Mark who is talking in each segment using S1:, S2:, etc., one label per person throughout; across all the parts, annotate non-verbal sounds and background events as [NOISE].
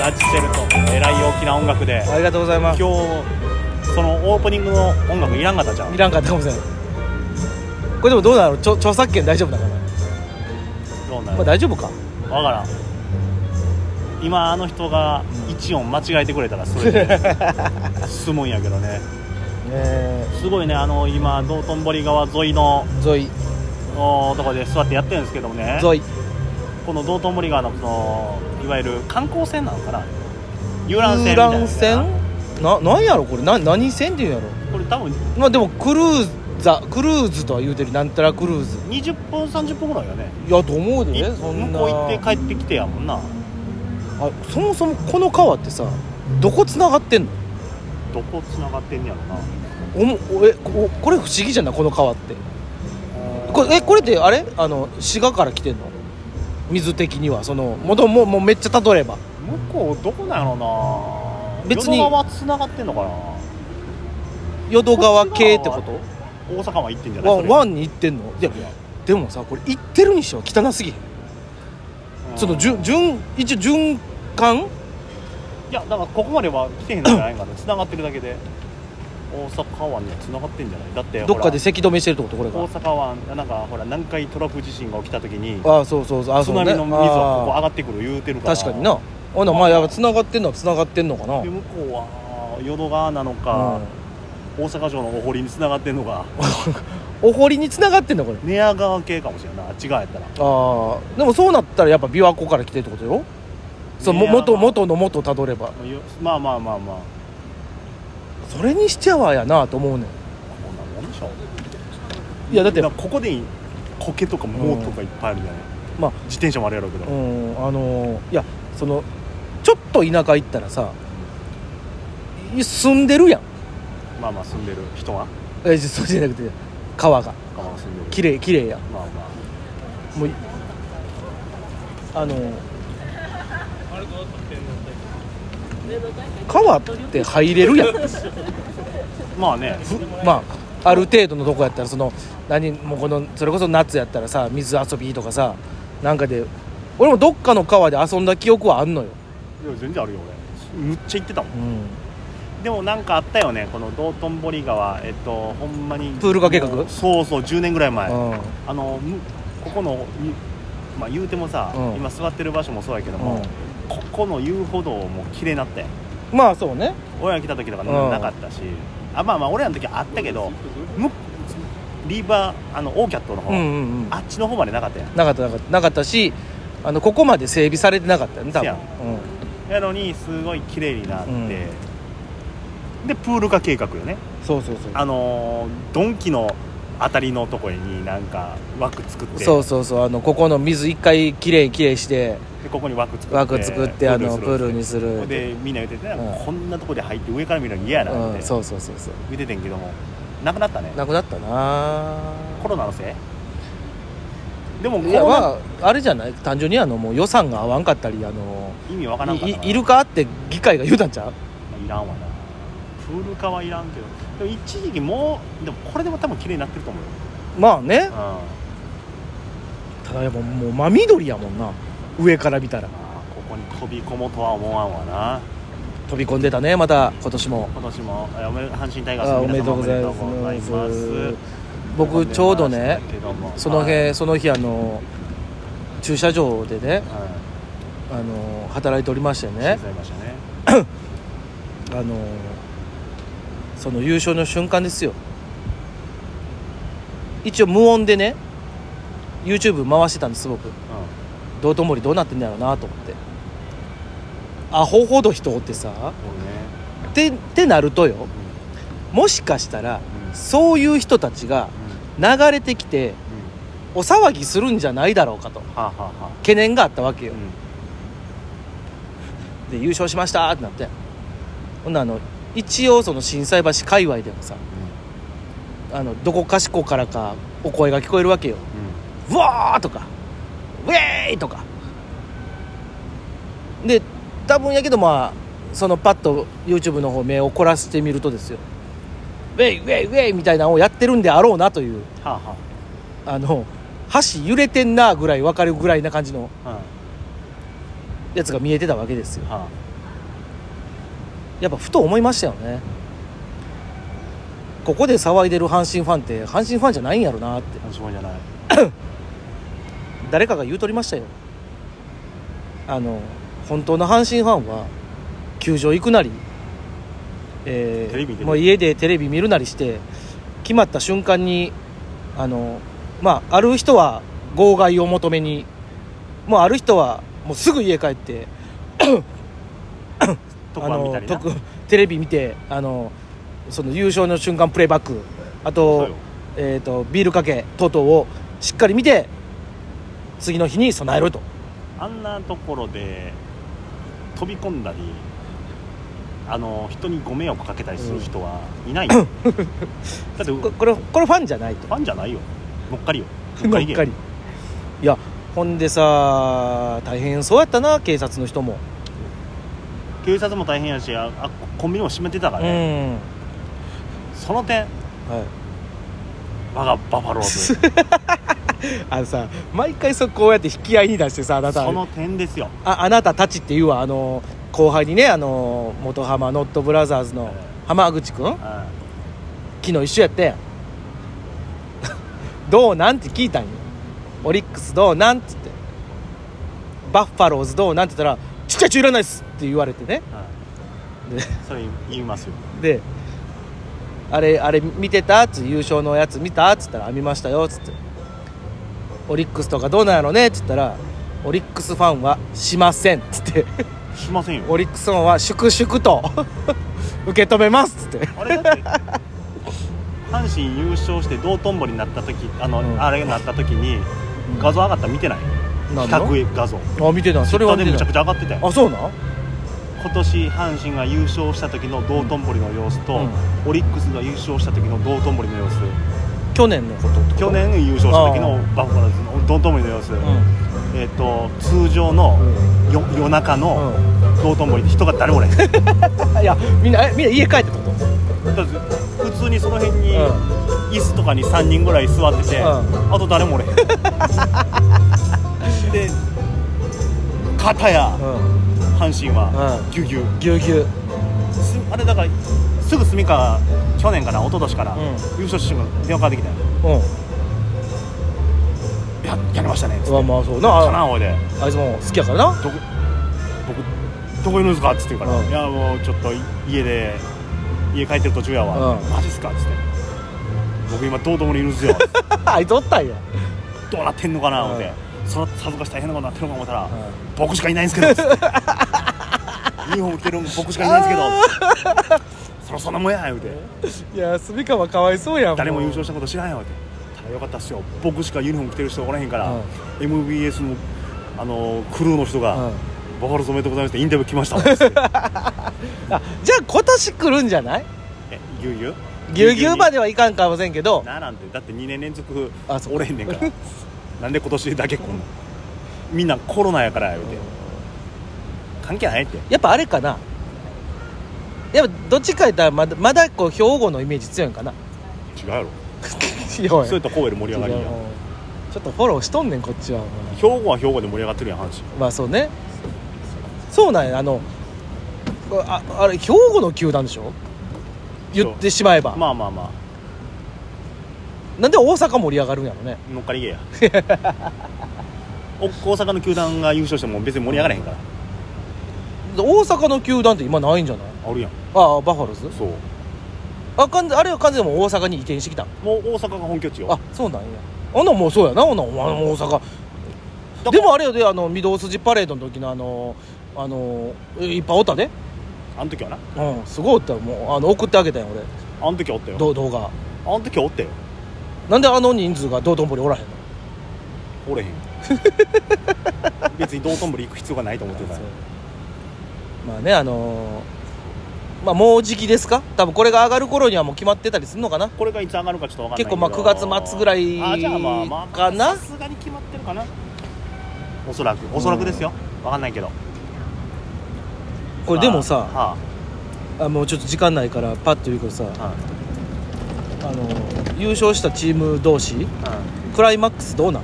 S1: ラジチェルトえらい大きな音楽で
S2: ありがとうございま
S1: 今
S2: す
S1: 日そのオープニングの音楽いらんかったじゃん
S2: いらんかったかもしれないこれでもどうだろうちょ著作権大丈夫だから、
S1: どうな
S2: まあ、
S1: る
S2: 大丈夫か
S1: 分からん今あの人が一音間違えてくれたらそれで済むんやけどね
S2: え
S1: すごいねあの今道頓堀川沿いの
S2: ー、ゾイ
S1: おとこで座ってやってるんですけどもね
S2: ゾイ
S1: この道頓堀川のそのいわゆる観光船なのかな遊覧船みた
S2: 遊
S1: いな
S2: 覧船ななんやろこれな何船っていうんやろ
S1: これ多分
S2: まあでもクルーザクルーズとは言うてるなんたらクルーズ
S1: 20分30分ぐらいよね
S2: いやと思うで
S1: い
S2: そん
S1: 向
S2: な
S1: こう行って帰ってきてやもんな
S2: あそもそもこの川ってさどこつながってんの
S1: どこつながってんねやろな
S2: おもおえここれ不思議じゃないこの川ってこれえこれってあれあの滋賀から来てんの水的にはそのもとももうめっちゃたどれば
S1: 向こうどこなんやろな
S2: 別に
S1: 淀川つながってんのかな
S2: 淀川系ってこと
S1: 大阪湾行ってんじゃない
S2: ワ
S1: そ
S2: ン
S1: れ
S2: ワンに行ってんのいや
S1: それは
S2: でもさこれ行ってるにしては汚すぎへん
S1: うん
S2: そのじゅ循一応循環
S1: いやだからここまでは来てへんのじゃないかなつながってるだけで大阪湾にはつながってんじゃないだって
S2: どっか
S1: ほ
S2: でせき止めしてるってことこれ
S1: ら大
S2: が
S1: 阪湾なんかほら南海トラフ地震が起きた時に
S2: ああそうそうそうあ
S1: 津
S2: そうね
S1: 波の水はここ上
S2: あ
S1: がってくる言うてる
S2: ー
S1: から
S2: 確かになほなまあやっぱ繋がってんのは繋がってんのかな
S1: で向こうは淀川なのか、
S2: う
S1: 大阪城のお堀に繋がってんのか
S2: んお堀に繋がってんのこれ
S1: 寝屋川系かもしれんないあっち側やったら
S2: ああでもそうなったらやっぱ琵琶湖から来てるってことよそう
S1: い
S2: も
S1: やー
S2: 元元の元たどれば
S1: よまあまあまあまあ
S2: それにしちゃはやなと思うねん
S1: こんなもんでしょ
S2: いやだって
S1: からここでいい苔とか藻とかいっぱいあるじゃない、
S2: うんまあ
S1: 自転車もあるやろうけど、
S2: うんあのーいやそのちょっと田舎行ったらさい住んでるやん
S1: まあまあ住んでる人は
S2: えじゃそうじゃなくて川が
S1: かまあ住んでる
S2: 綺麗綺麗やん
S1: まあま
S2: もうあのー川って入れるやん
S1: あまあね
S2: ふまあある程度のとこやったらその何もうこのそれこそ夏やったらさ水遊びとかさなんかで俺もどっかの川で遊んだ記憶はあんのよ、
S1: いや全然あるよ俺むっちゃ行ってたもんでもなんかあったよねこの道頓堀川えっとほんまに
S2: プール化計画
S1: もうそうそう10年ぐらい前、
S2: うん
S1: あのむここのにまあ言うてもさ、
S2: うん
S1: 今座ってる場所もそうやけども、
S2: うん
S1: ここの遊歩道も綺麗になったやん
S2: まあそうね
S1: 俺ら来た時とか
S2: うん
S1: なかったし、あまあまあ俺らの時はあったけどむリーバーあのオーキャットの方、
S2: うんうんうんな
S1: あっちの方までなかったやん
S2: かったなかったなかったしあのここまで整備されてなかったよね
S1: せ
S2: 多分
S1: ややのにすごい綺麗になって、
S2: うん
S1: でプール化計画よね
S2: うん、そうそうそう
S1: あのードンキのあたりのとこになんか枠作って
S2: そうそうそうあのここの水一回きれいきれいして
S1: でここに枠作って
S2: 枠作って、あのプール
S1: に
S2: にす
S1: する
S2: る
S1: でみんな言ってて、
S2: うん
S1: こんなとこで入って上から見るの嫌やなっ
S2: う
S1: て
S2: ん、そうそうそうそう
S1: 言っててんけどもなくなったね
S2: なくなったな
S1: コロナのせいでもコ
S2: いや
S1: ロナ
S2: まああれじゃない単純にあのもう予算が合わんかったりあの
S1: 意味わからんかったかない
S2: いるかって議会が言うたんちゃう
S1: いらんわなプール化はいらんけどでも一時期もうでもこれでも多分綺麗になってると思うよ、
S2: まあね
S1: うんま
S2: ただやっぱもう真緑やもんな上から見たら
S1: あ、ここに飛び込もうとは思わんわな
S2: 飛び込んでたねまた今年も
S1: 今年もえおめ阪神タイガース
S2: あ
S1: の
S2: お
S1: 皆
S2: めでと
S1: 様
S2: う
S1: お
S2: ご
S1: め
S2: ざ
S1: で
S2: い
S1: とうございま
S2: ますす僕ちょうどね
S1: けども
S2: その
S1: はいはい
S2: 日その日あの駐車場でねあの働いておりまして
S1: ね
S2: ね
S1: ましたね
S2: あのその優勝の瞬間ですよ一応無音でね YouTube 回してたんです僕道頓堀どうなってんだろうなと思ってアホほど人おってさ
S1: うんそうね
S2: ってってなるとよ
S1: うん
S2: もしかしたら
S1: うん
S2: そういう人たちが
S1: う
S2: 流れてきて
S1: んうん
S2: お騒ぎするんじゃないだろうかと
S1: はあ、はあは
S2: 懸念があったわけ
S1: あ
S2: よ
S1: うん
S2: で優勝しましたってなってほんならあの一応その心斎橋界隈でもさあのどこかしこからかお声が聞こえるわけよ「うわー!」とか「ウェーイ!」とかで多分やけどまあそのパッと YouTube の方目を凝らしてみるとですよ「ウェイウェイウェイ!」みたいなのをやってるんであろうなという
S1: はあは
S2: あの箸揺れてんなぐらい分かるぐらいな感じの
S1: あうんは
S2: やつが見えてたわけですよ
S1: あは
S2: やっぱふと思いましたよねここで騒いでる阪神ファンって阪神ファンじゃないんやろなって
S1: 阪神ファンじゃない
S2: 誰かが言うとりましたよあの本当の阪神ファンは球場行くなり、えー
S1: テレビ見る
S2: もう家でテレビ見るなりして決まった瞬間にあのまあある人は号外を求めにもうある人はもうすぐ家帰って
S1: 特番見たりな
S2: あの特テレビ見てあのその優勝の瞬間プレイバック
S1: そ
S2: あ
S1: う
S2: と
S1: よ
S2: えー、とビールかけ等々をしっかり見て次の日に備えろと
S1: あんなところで飛び込んだりあの人にご迷惑かけたりする人
S2: [LAUGHS]
S1: はいないよ、だってフ
S2: ここれこれファンじゃない
S1: [LAUGHS]
S2: と
S1: ァンじゃないよ乗っかりよ乗っか
S2: が
S1: り
S2: っ
S1: げ
S2: かりいやほんでさ大変そうやったな警察の人も、
S1: 警察も大変やしああコンビニも閉めてたからね、
S2: ん
S1: その点
S2: はい
S1: 我がバファロー
S2: [LAUGHS]
S1: ズ
S2: あのさ毎回そうこうやって引き合いに出してさあなた
S1: その点ですよ、
S2: ああなたたちっていうわあの後輩にねあの元浜ノットブラザーズの浜口君
S1: うん
S2: 昨日一緒やったやん [LAUGHS] どうなんて聞いたんよオリックスどうなんっつってバッファローズどうなんって言ったら「ちっちゃいちゅういらないっす」って言われてね
S1: うん
S2: で
S1: それ言いますよ
S2: で「あれあれ見てた?」っつって優勝のやつ見た?」っつったら「あ見ましたよ」っつって「オリックスとかどうなんやろね?」っつったら「オリックスファンはしません」っつって [LAUGHS]
S1: しません
S2: 「
S1: よ
S2: オリックスファンは粛々と [LAUGHS] 受け止めます」っつって
S1: あれだ
S2: [LAUGHS]
S1: って阪神優勝して道頓堀になった時あの、
S2: うん
S1: あれになった時に画像上がったら見てない
S2: なん
S1: 比
S2: の
S1: 較画像
S2: あ見てたそれは
S1: ネ
S2: 見
S1: ットでむ
S2: て
S1: ちゃくちゃ上が
S2: た
S1: ってたよ
S2: あそうなん
S1: 今年阪神が優勝した時の道頓堀の様子と、
S2: うん
S1: オリックスが優勝した時の道頓堀の様子
S2: 去年のことってこと
S1: 去年優勝した時のバファローズの道頓堀の様子、
S2: う
S1: えっ、と通常の
S2: ん
S1: よ夜中の
S2: う
S1: 道頓堀で人が誰もおらへん
S2: [LAUGHS]
S1: だって
S2: ん、いやみんなえみんな家帰ってたと思う、
S1: 普通にその辺に
S2: うん
S1: 椅子とかに3人ぐらい座ってて、
S2: うん
S1: あと誰もお
S2: [LAUGHS]
S1: れへんで片や
S2: うん
S1: 阪神は
S2: う
S1: ぎゅうぎゅう
S2: ぎゅうぎゅう
S1: すあれだからすぐ住みか去年かな一昨年から、
S2: うん
S1: 優勝して電話かかってきたよ
S2: う
S1: ややりましたねっつっ
S2: んうわまあそうな
S1: た
S2: あ
S1: なおいで
S2: あいつも好きやからな [LAUGHS]
S1: どこ僕どこいるんですかっつって言うから、
S2: うん
S1: いやもうちょっと家で家帰ってる途中やわ、
S2: うん
S1: マジっすかっつって僕今道頓堀いるんで
S2: [LAUGHS]
S1: すよ
S2: あいつおったんや、
S1: どうなってんのかな
S2: うん
S1: 思って、そらさぞかし大変なことになってるのか思ったら、
S2: う
S1: 僕しかいないんですけどつ
S2: [LAUGHS]
S1: ってユニフォーム着てる僕しかいないんですけどそらそんなもんや言うて
S2: ん、いや住川かわいそうやん
S1: 誰も優勝したこと知らんよってただよかったっすよ僕しかユニフォーム着てる人おらへんから、
S2: うん
S1: MBS のあのクルーの人が、
S2: うん
S1: バファローズおめでとうございますってインタビュー来ま
S2: [LAUGHS]
S1: したもんえ
S2: あじゃあ今年来るんじゃない
S1: ぎゅうぎゅう
S2: ぎゅうぎゅうま
S1: で
S2: ではいかんかもせんけど
S1: なあなんてだって2年連続
S2: あそう
S1: おれへんねんからなんで今年だけこんなみんなコロナやからや言うて関係ないって
S2: やっぱあれかなやっぱどっちか言ったらまだまだこう兵庫のイメージ強いんかな
S1: 違うやろ
S2: いやお
S1: [LAUGHS]
S2: い
S1: そういった声で盛り上がりや
S2: 違うちょっとフォローしとんねんこっちはお前
S1: 兵庫は兵庫で盛り上がってるやん話
S2: まあそうねそうなんやあのああれ兵庫の球団でしょ言ってしまえば、
S1: まあまあまあ
S2: なんで大阪盛り上がるんやろね
S1: 乗っかりげえや
S2: [LAUGHS]
S1: お大阪の球団が優勝しても別に盛り上がらへんから
S2: 大阪の球団って今ないんじゃない
S1: あるやん
S2: ああバファローズ
S1: そう
S2: あ完全あれは完全にもう大阪に移転してきた
S1: もう大阪が本拠地よ
S2: あそうなんやあんなんもうそうやなあんなんお前の大阪
S1: だから
S2: でもあれよであの御堂筋パレードの時のあのあのいっぱいおったで
S1: あん時はな
S2: うんすごいおったよもうあの送ってあげたんや俺
S1: あん時はおったよ
S2: ど動画
S1: あん時はおったよ
S2: なんであの人数が道頓堀おらへんの
S1: おれへん別に道頓堀行く必要がないと思ってるから
S2: まあねあのーまあもう時期ですか多分これが上がる頃にはもう決まってたりするのかな
S1: これがいつ上がるかちょっと分かんないけど
S2: 結構まあ9月末ぐらい
S1: あじゃあまあまあ
S2: か
S1: さ
S2: な
S1: すがに決まってるかなおそらくおそらくですよ分かんないけど
S2: これでもさ、
S1: は
S2: あもうちょっと時間ないからパッと言うけどさ、
S1: あは
S2: あのー優勝したチーム同士
S1: あはあ
S2: クライマックスどうなん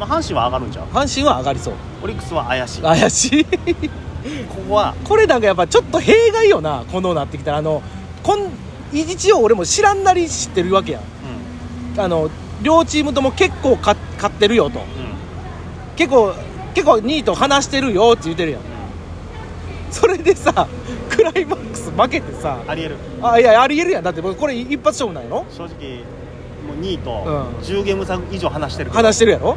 S1: まあ阪神は上がるんじゃん
S2: 阪神は上がりそう
S1: オリックスは怪しい
S2: 怪しい
S1: ここは
S2: これなんかやっぱちょっと弊害よなこのなってきたらあのこん一応俺も知らんなり知ってるわけやん
S1: う
S2: あの両チームとも結構か勝ってるよと
S1: んうん
S2: 結構結構2位と話してるよって言ってるやんそれでさクライマックス負けてさ
S1: ありえる
S2: あいやありえるやんだってもうこれ一発勝負なんやろ
S1: 正直もう2位と
S2: うん
S1: 10ゲーム差以上離してるけど、
S2: 話してるやろ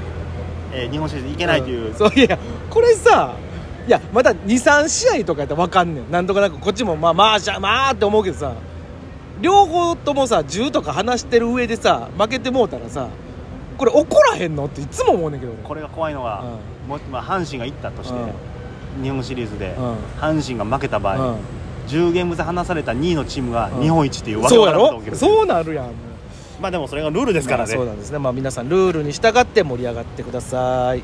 S1: えー日本シリーズいけないという、
S2: んそういやいやこれさいやまだ23試合とかやったら分かんねんなんとかなくこっちもまあまあじゃあまあって思うけどさ両方ともさ10とか離してる上でさ負けてもうたらさこれ怒らへんのっていつも思うねんけどね
S1: これが怖いのは、もまあ、阪神がいったとして、日本シリーズで、
S2: うん
S1: 阪神が負けた場合、
S2: うん
S1: 10ゲーム差離された2位のチームが
S2: うん
S1: 日本一っていうわけ
S2: そう
S1: わか
S2: や
S1: らんことが
S2: ろ
S1: 起きる
S2: そうなるやん
S1: まあでもそれがルールですからね、
S2: まあそうなんですねまあ皆さんルールに従って盛り上がってください